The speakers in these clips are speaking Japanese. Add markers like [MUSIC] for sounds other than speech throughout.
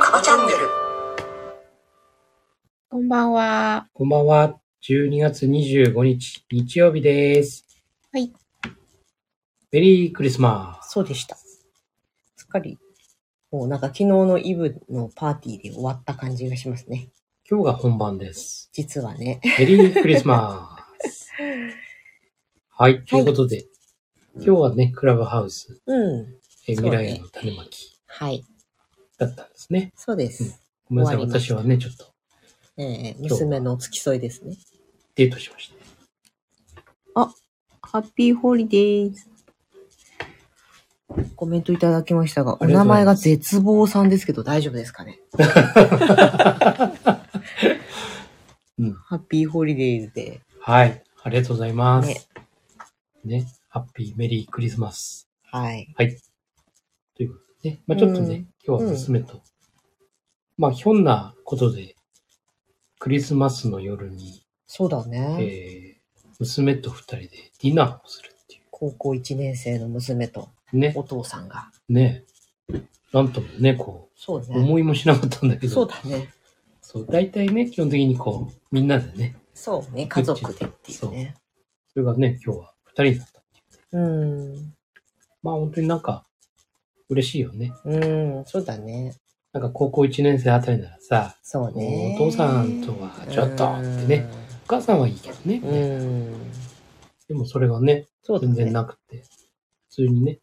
カバチャンネルこんばんは。こんばんは。12月25日、日曜日です。はい。メリークリスマス。そうでした。すっかり、もうなんか昨日のイブのパーティーで終わった感じがしますね。今日が本番です。実はね。メリークリスマス。はい。ということで、今日はね、クラブハウス、うん。えそうね未来への種まきはい。だったんですね。そうです。ごめんなさい。終わりまし私たはね、ちょっとえー今日は娘の付き添いですね。デートしました。ハッピーホリデーズ。コメントいただきましたが、あおりがと名前うございまがす絶望さんですけど大丈夫ですかね [LAUGHS] うんハッピーホリデーズで。はい。ありがとうございます。ねね。ハッピーメリークリスマス。はい。ということでね。まあちょっとね、うん今日は娘と、まあひょんなことで、クリスマスの夜に、そうだね。えー娘と二人でディナーをするってい高校1年生の娘とう。ね。お父さんが。ね。なんともね、こそうう、ね。思いもしなかったんだけど。そうだね。そう。大体ね、基本的にこう、みんなでね、そうね。家族でっていうね。それがね、今日は二人になったっていう。うん。まあ本当になんか、嬉しいよね。うん。そうだね。なんか高校一年生あたりならさ、そうね。お父さんとはちょっとってね、お母さんはいいけどね。うん。うん。でもそれがね、そうだ全然ね。なくて、普通にね、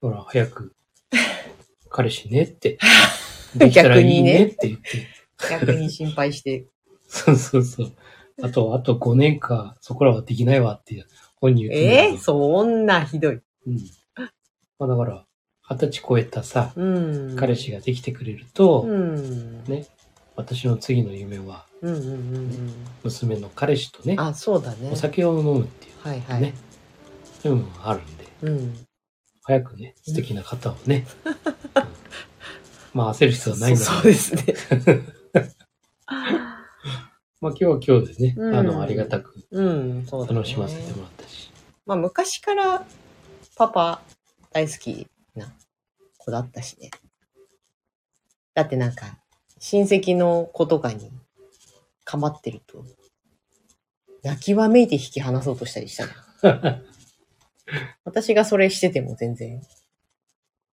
ほら、早く、彼氏 [LAUGHS] ねって、できたらいいねって言って、逆に心配 [LAUGHS] して。そうそうそう。あと、あと5年か、そこらはできないわって本人言ってえんだけどそんなひどい。うん。まあだから、二十歳超えたさ、うん。彼氏ができてくれると、うん。ね私の次の夢は、うんうんうんうん。娘の彼氏とね、あ、そうだね。お酒を飲むっていう、はいはい。ねそういうのがあるんで、うん。早くね、素敵な方を [LAUGHS] ね、うんまあ焦る必要はないんだけどそうそうですね。まあ今日は今日でね、うんあの、ありがたくうん、そうだ、ね。楽しませてもらったし。まあ、昔からパパ大好きな子だったしね。だってなんか、親戚の子とかに構ってると、泣きわめいて引き離そうとしたりしたの。私がそれしてても全然、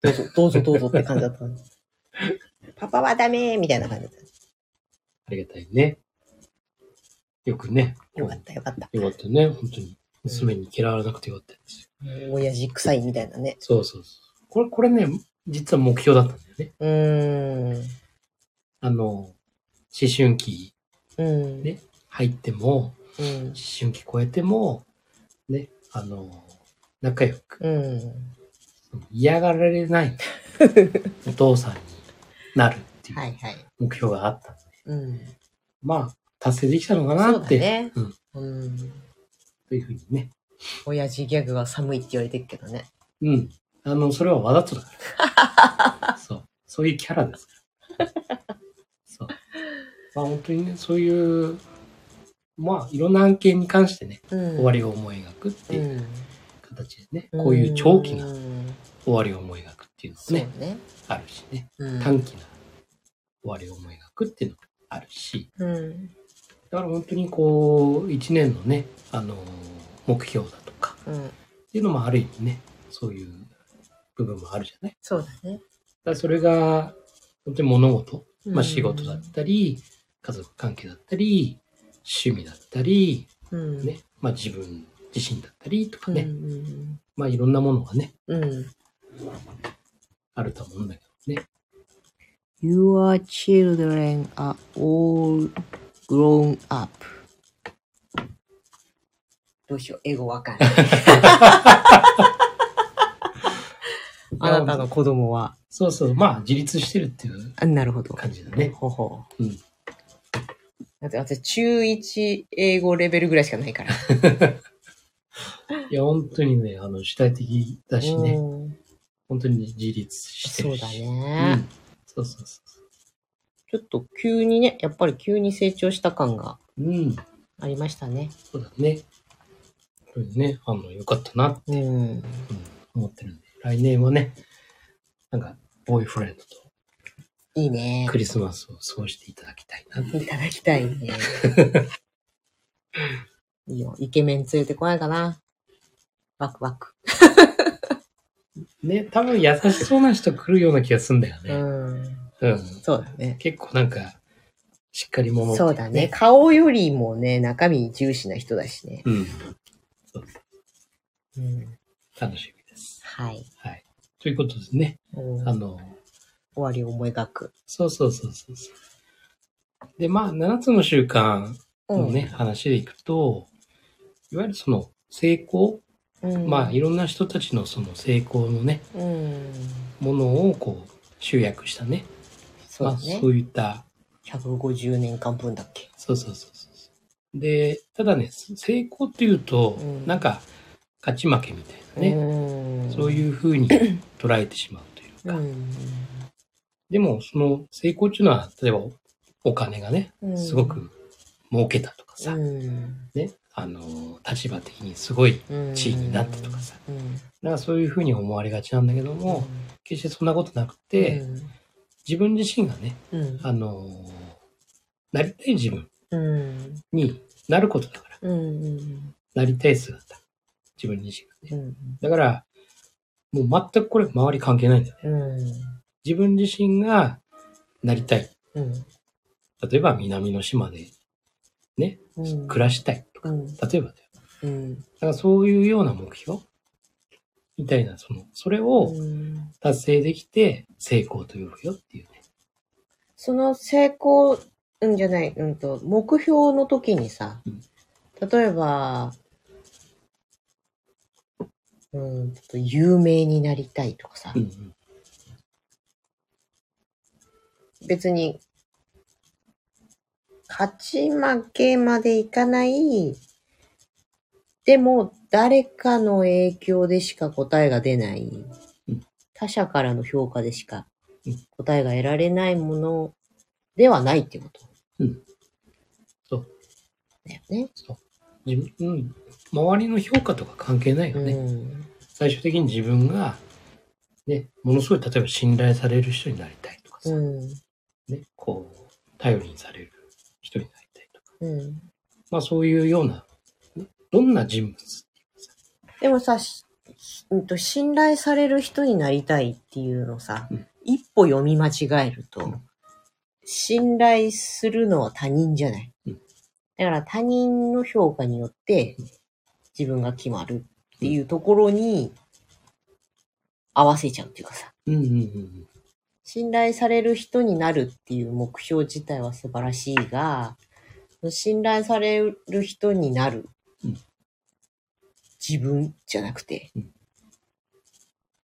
どうぞ、どうぞ、どうぞって感じだったの。パパはダメーみたいな感じだっありがたいね。よくね。た。よかった、よかった。よかったね、本当に。娘に嫌われなくてよかったですよ。親父臭いみたいなね。そうそうそう。これ、これね、実は目標だったんだよね。うーん。あの、思春期うん。ね入っても、うん思。春期超えても、ね、あの、仲良く、うん。嫌がられない [LAUGHS] お父さんになるっていはういはい。目標があった。うん。まあ、達成できたのかそなうっだて、ねうん。うん。というふうにね。親父ギャグは寒いって言われてるけどね。うん。あの、それはわざとだ [LAUGHS] から。そう。そういうキャラですから。そう。まあ本当にね、そういう、まあいろんな案件に関してね、うん終わりを思い描くっていううん形でね、こういう長期なうん終わりを思い描くっていうのもそうね、ね。あるしね、うん短期な終わりを思い描くっていうのもあるし、うん。だから本当にこう、一年のね、あのー目標だとか、うん。っていうのもある意味ね、そういう部分もあるじゃないそうだね。だからそれが、本当に物事、うまあん仕事だっ。たり、家族関係だったり、趣味だったり、うん。ね、まあ自分自身だったりとかうん。ね、うんまあいろんなものがね、うん。あると思うんだけどね。 Your children are all grown up. どうしよう、英語わか [LAUGHS] んない。あなたの子供は。そうそう、まあ自立してるっていうあなるほど。感じだね。ほほうう。んだって私、中1英語レベルぐらいしかないから。いや、本当にね、あの、主体的だしね、うん本当に自立してそるうし。だうね。ん。そうそうそう。ちょっと急にね、やっぱり急に成長した感がうん。ありましたね。そうだね。そうだね。あの、よかったな、うん。思ってるんで。来年はね、なんか、ボーイフレンドといいね。クリスマスを過ごしていただきたいな。いただきたい [LAUGHS] ね。いいよ。イケメン連れてこないかな。ワクワク。ね、多分優しそうな人来るような気がすんだようね。ん。うん。そうだね。結構なんか、しっかり者。そうだね。。顔よりもね、中身重視な人だしね。うん。そううん。楽しみです。はい。はい。ということですね、うんあの、終わりを思い描く。そうそうそうそうそう。で、まあ、7つの習慣のね、話でいくと、いわゆるその成功、うん。まあ、いろんな人たちのその成功のね、うん。ものをこう、集約したね、そうまあ、だねそ。ういった、 150年間分だっけ。そうそうそうそう。で、ただね、成功っていうと、うんなんか、勝ち負けみたいなね、ねそうういう風に捉えてしまうというか、ん。でも、その成功っていうのは、例えば、お金がね、うんすごく儲けたとかさ、うん。ね、あの、立場的にすごいうん地位になったとかさ、うん。なんかそういうふうに思われがちなんだけども、決してそんなことなくうん、て、自分自身がね、うん。あの、なりたい自分うん。になることだから、うんうんなりたい姿、自分自身がうね。んだから、もう全くこれ周り関係ないんだよね。うん自分自身がなりたい。うん例えば南の島でうん暮らしたいとか、うん例えばだよ。うんだからそういうような目標みたいな、その、それをうん達成できて成功と呼ぶよっていうね。その成功うんじゃないうんと目標の時にさうん例えばうんちょっと有名になりたいとかさ、うん別に勝ち負けまでいかないでも誰かの影響でしか答えが出ないうん他者からの評価でしかうん答えが得られないものではないってこと。うんそうだよね。自分うん、周りの評価とか関係ないよね。うん最終的に自分が、ね、ものすごい例えば信頼される人になりたいとかさ、うんね、こう、頼りにされる人になりたいとか、うん、まあそういうような、ねどんな人物でもさ、しうんと信頼される人になりたいっていうのさ、うん一歩読み間違えると、うん信頼するのは他人じゃない。うんだから他人の評価によってうん自分が決まるっていうところに合わせちゃうっていうかさ、うんうんうん信頼される人になるっていう目標自体は素晴らしいが、信頼される人になるうん自分じゃなくてうん、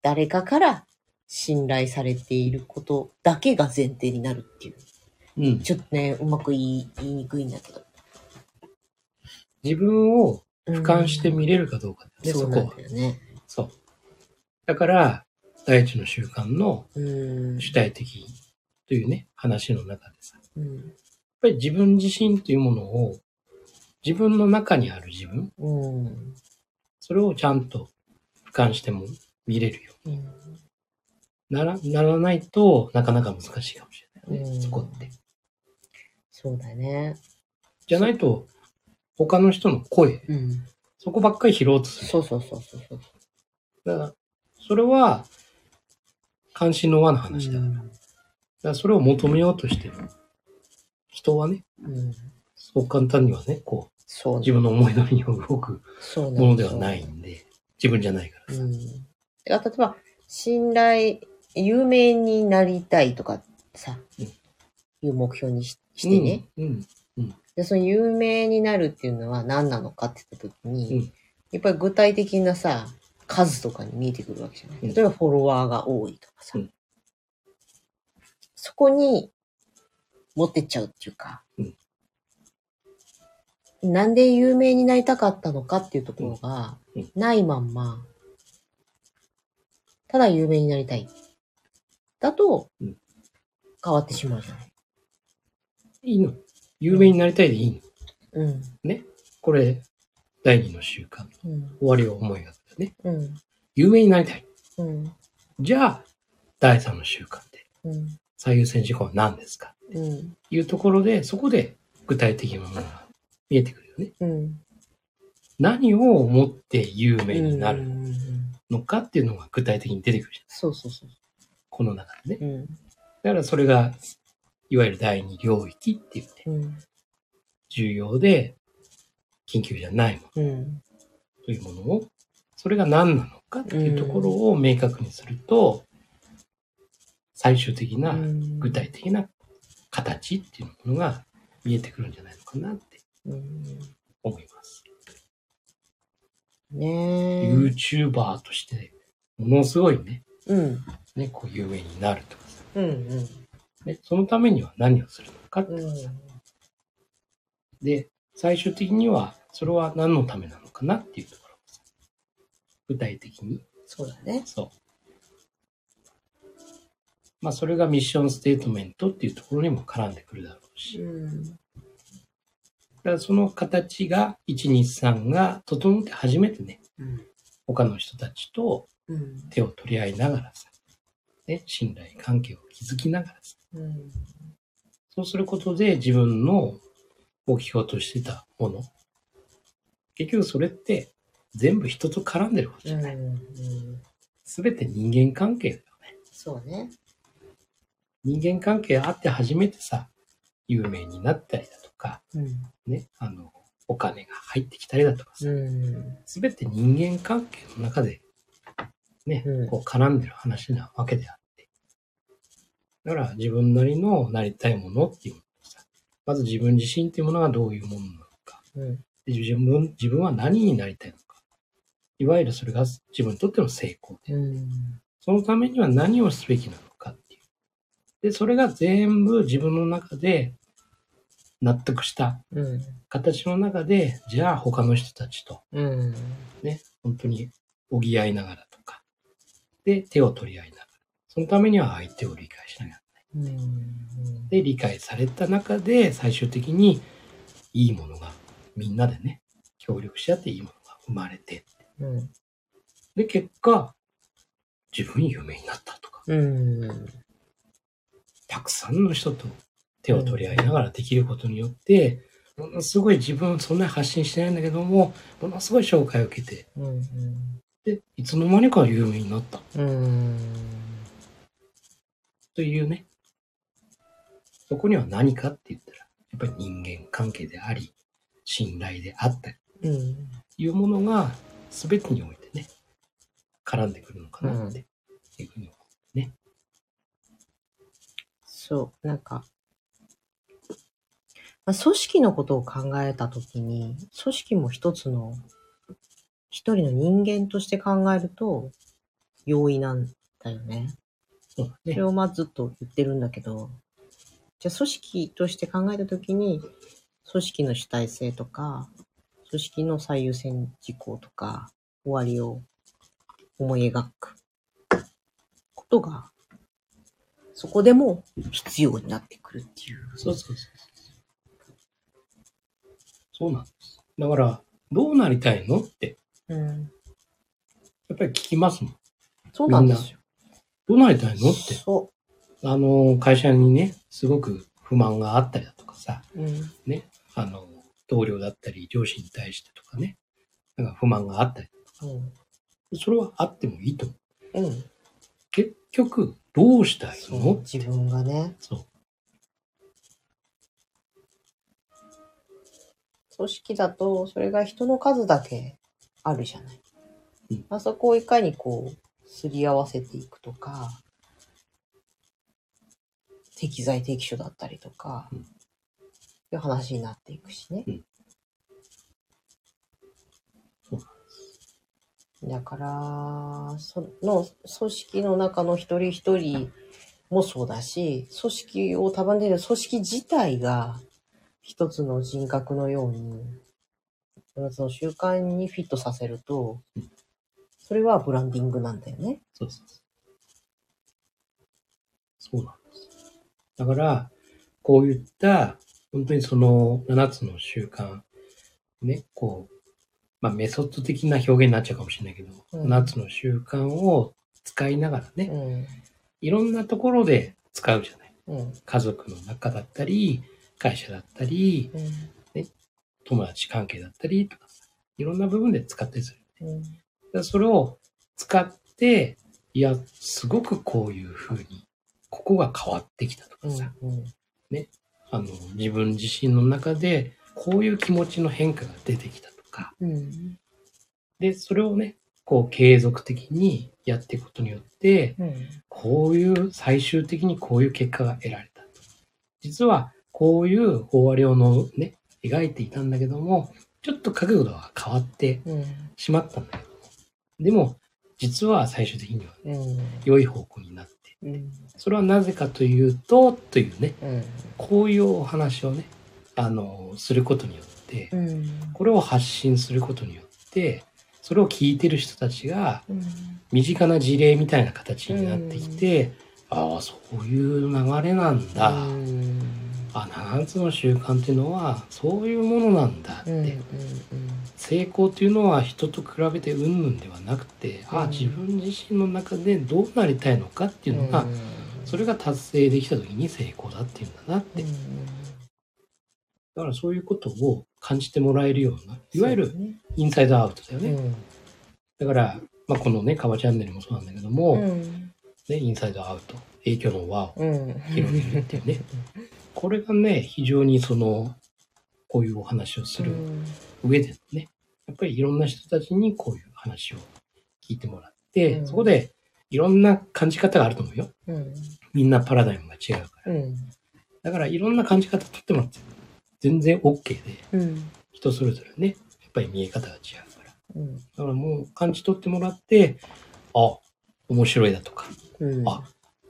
誰かから信頼されていることだけが前提になるっていう。うん。うん、ちょっとね、うまく言い言いにくいんだけど。自分を俯俯瞰して見れるかどうかだよね、そうそなんこはだ。よね。そう。だから、第一の習慣のうん。主体的というね、話の中でさ、やっうん。ぱり自分自身というものを、自分の中にある自分、うん。それをちゃんと俯瞰しても見れるよううにならならないとなかなか難しいかもしれないようね、んそこって。そうだね。じゃないと、他の人の声、うん。そこばっかり拾おうとする。そうそうそうそうそう。だから、それは、関心の輪の話だから。だからそれを求めようとしてる。人はね、うん。うんそう簡単にはね、こう、そう自分の思い通りに動くそうなんものではないんで、自分じゃないから。ですよ。うん。だから例えば、信頼、有名になりたいとかさ、うんいう目標にししてね、うん。うん。で、その有名になるっていうのは何なのかって言った時に、うんやっぱり具体的なさ、数とかに見えてくるわけじゃなうんい。例えばフォロワーが多いとかさ、うんそこに持ってっちゃうっていうか、うんなんで有名になりたかったのかっていうところがうんうんないまんま、ただ有名になりたい。だとうん、変わってしまうじゃない。いいの。有名になりたいでいいの。うん。これ、第二の習慣。うん。終わりを思いがけだね。うん。有名になりたい。うん。じゃあ、第三の習慣で、うん。最優先事項は何ですかうん。いうところで、そこで具体的なものが見えてくるよね。うん。何を思って有名になうるん。のかっていうのが具体的に出てくるじゃん。そうそうそう。この中でね。うん。だからそれが、いわゆる第二領域っていうね、うん。重要で、緊急じゃないものうん。というものを、それが何なのかっていうところを明確にすると、最終的なうん具体的な形っていうものが見えてくるんじゃないのかなってうん。思います。ねえ。 YouTuber として、ものすごいね、うん。ね、こう有名になるとかさ、うん。うん。ね、そのためには何をするのかってうん。で、最終的には、それは何のためなのかなっていうところをさ具体的にそうだね。そう。まあ、それがミッションステートメントっていうところにも絡んでくるだろうし、うん。だからその形が、123が整って初めてね、うん。他の人たちとうん。手を取り合いながらさ、ね、信頼関係を築きながらさ、うん。そうすることで自分の目標としてたもの、結局それって全部人と絡んでることじゃない。うん。すべて人間関係だよね。そうね。人間関係あって初めてさ、有名になったりだとか、うん。ね、あの、お金が入ってきたりだとかさ、うん。すべて人間関係の中で、ねうん、こう絡んでる話なわけであって。だから自分なりのなりたいものっていうものをさ、まず自分自身っていうものがどういうものなのか、うん。で自分自分は何になりたいのか、いわゆるそれが自分にとっての成功で、うん。そのためには何をすべきなのかっていう。で、それが全部自分の中で納得したうん。形の中で、じゃあ他の人たちとうん。本当に補い合いながらとか、で、手を取り合いながら。そのためには相手を理解しながら。うん。で、理解された中で、最終的にいいものが、みんなでね、協力し合っていいものが生まれて。うん。で、結果、自分有名になったとか、うん。たくさんの人と手を取り合いながらできることによって、ものすごい自分そんなに発信してないんだけども、ものすごい紹介を受けて、うん。で、いつの間にか有名になった。うん。というね、そこには何かって言ったら、やっぱり人間関係であり、信頼であったりうん。というものが全てにおいてね、絡んでくるのかなっていうふうに思うね。そう、なんか、まあ、組織のことを考えたときに、組織も一つの、一人の人間として考えると、容易なんだよね。そうだそねれ。をまあずっと言ってるんだけど、じゃあ組織として考えたときに、組織の主体性とか、組織の最優先事項とか、終わりを思い描くことが、そこでも必要になってくるっていう。そうそうそうそう。そうなんです。だから、どうなりたいのって、うん。やっぱり聞きますもん。そうなんですよ。どうなりたいのって、そあの、会社にね、すごく不満があったりだとかさ、う。うん。あの、同僚だったり、上司に対してとかね、なんか不満があったり、うん。それはあってもいいと思う。うん。結局、どうしたいそう。の自分がね、そう。組織だと、それが人の数だけあるじゃない。うんあそこをいかにこう、すり合わせていくとか、適材適所だったりとか、うんいう話になっていくしね。うんそうだから、その組織の中の一人一人もそうだし、組織を束ねる組織自体が一つの人格のように、一つの習慣にフィットさせると、それはブランディングなんだよね。そうそうそう。そうなんです。だから、こういった本当にその7つの習慣、ね、こう、まあメソッド的な表現になっちゃうかもしれないけど、うん7つの習慣を使いながらね、うん。いろんなところで使うじゃない。うん。家族の中だったり、会社だったり、友達関係だったりとか、いろんな部分で使ったりする。うん。だからそれを使って、いや、すごくこういう風に、ここが変わってきたとかさ、うん。あの、自分自身の中で、こういう気持ちの変化が出てきたとか、うん。で、それをね、こう継続的にやっていくことによって、うん。こういう、最終的にこういう結果が得られた。実は、こういう法話量のね、描いていたんだけども、ちょっと角度が変わってうん。しまったんだけども、でも、実は最終的にはうん。良い方向になって、うん。それはなぜかというと、というね、うん。こういうお話をね、あの、することによって、うん。これを発信することによって、それを聞いてる人たちが、身近な事例みたいな形になってきて、ああ、そういう流れなんだ。うん。あ、7つの習慣っていうのは、そういうものなんだって。うん。成功っていうのは人と比べてうんぬんではなくて、うああ、ん自分自身の中でどうなりたいのかっていうのが、それが達成できた時に成功だっていうんだなって。だからそういうことを感じてもらえるような、いわゆるインサイドアウトだようね。ん。だから、まあ、このね、カバチャンネルもそうなんだけども、うん。ね、インサイドアウト、影響の輪をうん。広げるっていうね。これがね、非常にその、こういうお話をする上でのね、やっぱりいろんな人たちにこういう話を聞いてもらって、うんそこでいろんな感じ方があると思うよ。うん。みんなパラダイムが違うから。うん。だからいろんな感じ方取ってもらって、全然 OK で、うん。人それぞれね、やっぱり見え方が違うから。うん。だからもう感じ取ってもらって、あ、面白いだとか、うん。あ、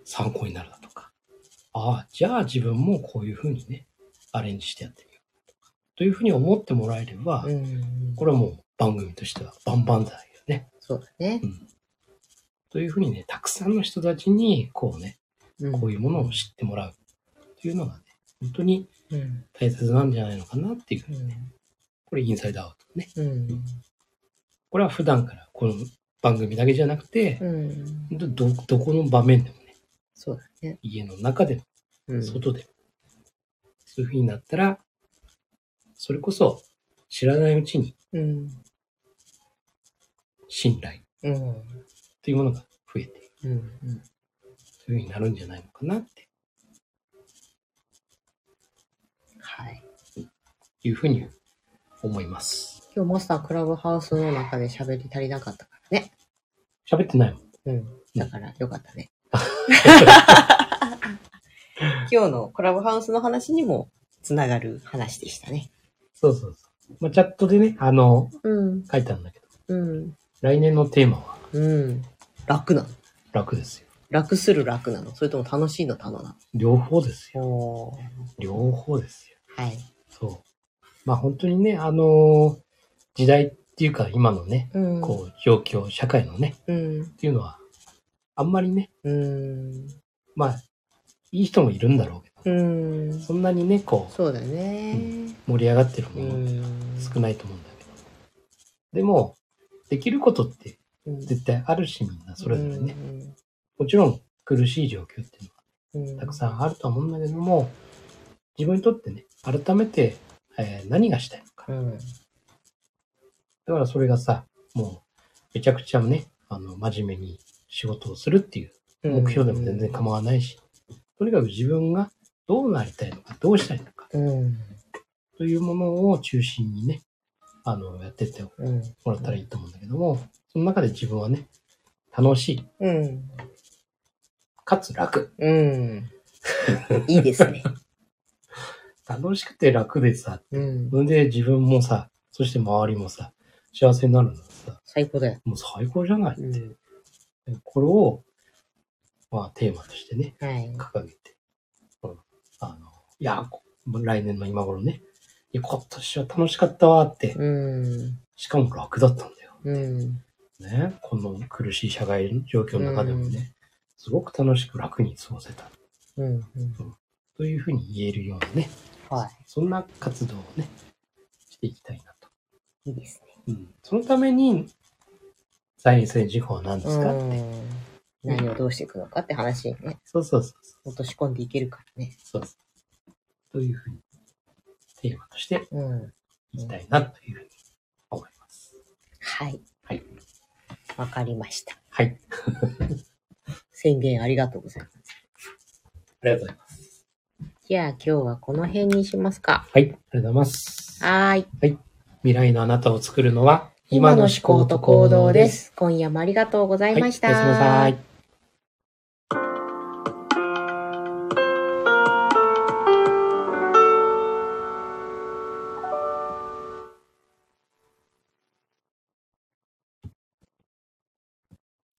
参考になるだとか。ああ、じゃあ自分もこういうふうにね、アレンジしてやってみようとか。というふうに思ってもらえれば、うん。これはもう番組としては万々歳よね。そうだね。というふうにね、たくさんの人たちに、こうね、こういうものを知ってもらうというのがね、本当にうん。大切なんじゃないのかなっていう。これインサイドアウトね。うん。これは普段からこの番組だけじゃなくて、うん。本当ど、どこの場面でもね、そうだね。家の中でもうん。外で、そういう風になったら、それこそ知らないうちにうん。信頼うん。というものが増えて、うん。そういう風になるんじゃないのかなってはい。いう風に思います。今日マスタークラブハウスの中で喋り足りなかったからね。喋ってないもん。うん。だからよかった [LAUGHS] ね。今日のクラブハウスの話にもつながる話でしたね。そうそうそう。まあ、チャットでね、あの、うん。書いたんだけど、うん。来年のテーマはうん。楽なの。楽ですよ。楽する楽なの。それとも楽しいの楽な両方ですよ。の。お両方ですよ。はい。そう。まあ本当にね、あの時代っていうか今のね、うん。こう、状況、社会のね、う。うんっ。ていうのは、あんまりね、うん。まあ、いい人もいるんだろうけど、うん。そんなにね、こう、そうだね。盛り上がってるうものってん。少ないと思うんだけど。でも、できることって絶対あるし、みんなそれぞれね。もちろん苦しい状況っていううん。のはたくさんあるとは思うんだけども、自分にとってね、改めて、えー何がしたいのかう。ん。だからそれがさ、もう、めちゃくちゃね、あの、真面目に仕事をするっていううん。目標でも全然構わないし、とにかく自分がどうなりたいのか、どうしたいのか、うん。というものを中心にね、あの、やってってもうん。らったらいいと思うんだけども、その中で自分はね、楽しい、うん。かつ楽。うん。いいですね。楽しくて楽でさ、 [LAUGHS] うん。それで自分もさ、そして周りもさ、幸せになるのさ、最高だよ。もう最高じゃない。うん。これを、まあ、テーマとしてね、はい。掲げて、うんあの、いや、こ来年の今頃ね、いや、今年は楽しかったわって、うん。しかも楽だったんだよ。うん。ね、この苦しい社会状況の中でもね、うんすごく楽しく楽に過ごせたうん。というふうに言えるようなね、はそんな活動をね、していきたいなと。い。いいですね。うん、そのために、財政事項は何ですか、うん。何をどうしていくのかって話にね、そうそうそうそう。落とし込んでいけるからね。そうそうというふうに、テーマとしてうん。いきたいなというふうに思います。はい。はい。わかりました。はい。宣言ありがとうございます。ありがとうございます。じゃあ今日はこの辺にしますか。はい。ありがとうございます。はーい。未来のあなたを作るのは、今の思考と行動で。す。今夜もありがとうございました。はい、おやすみなさい。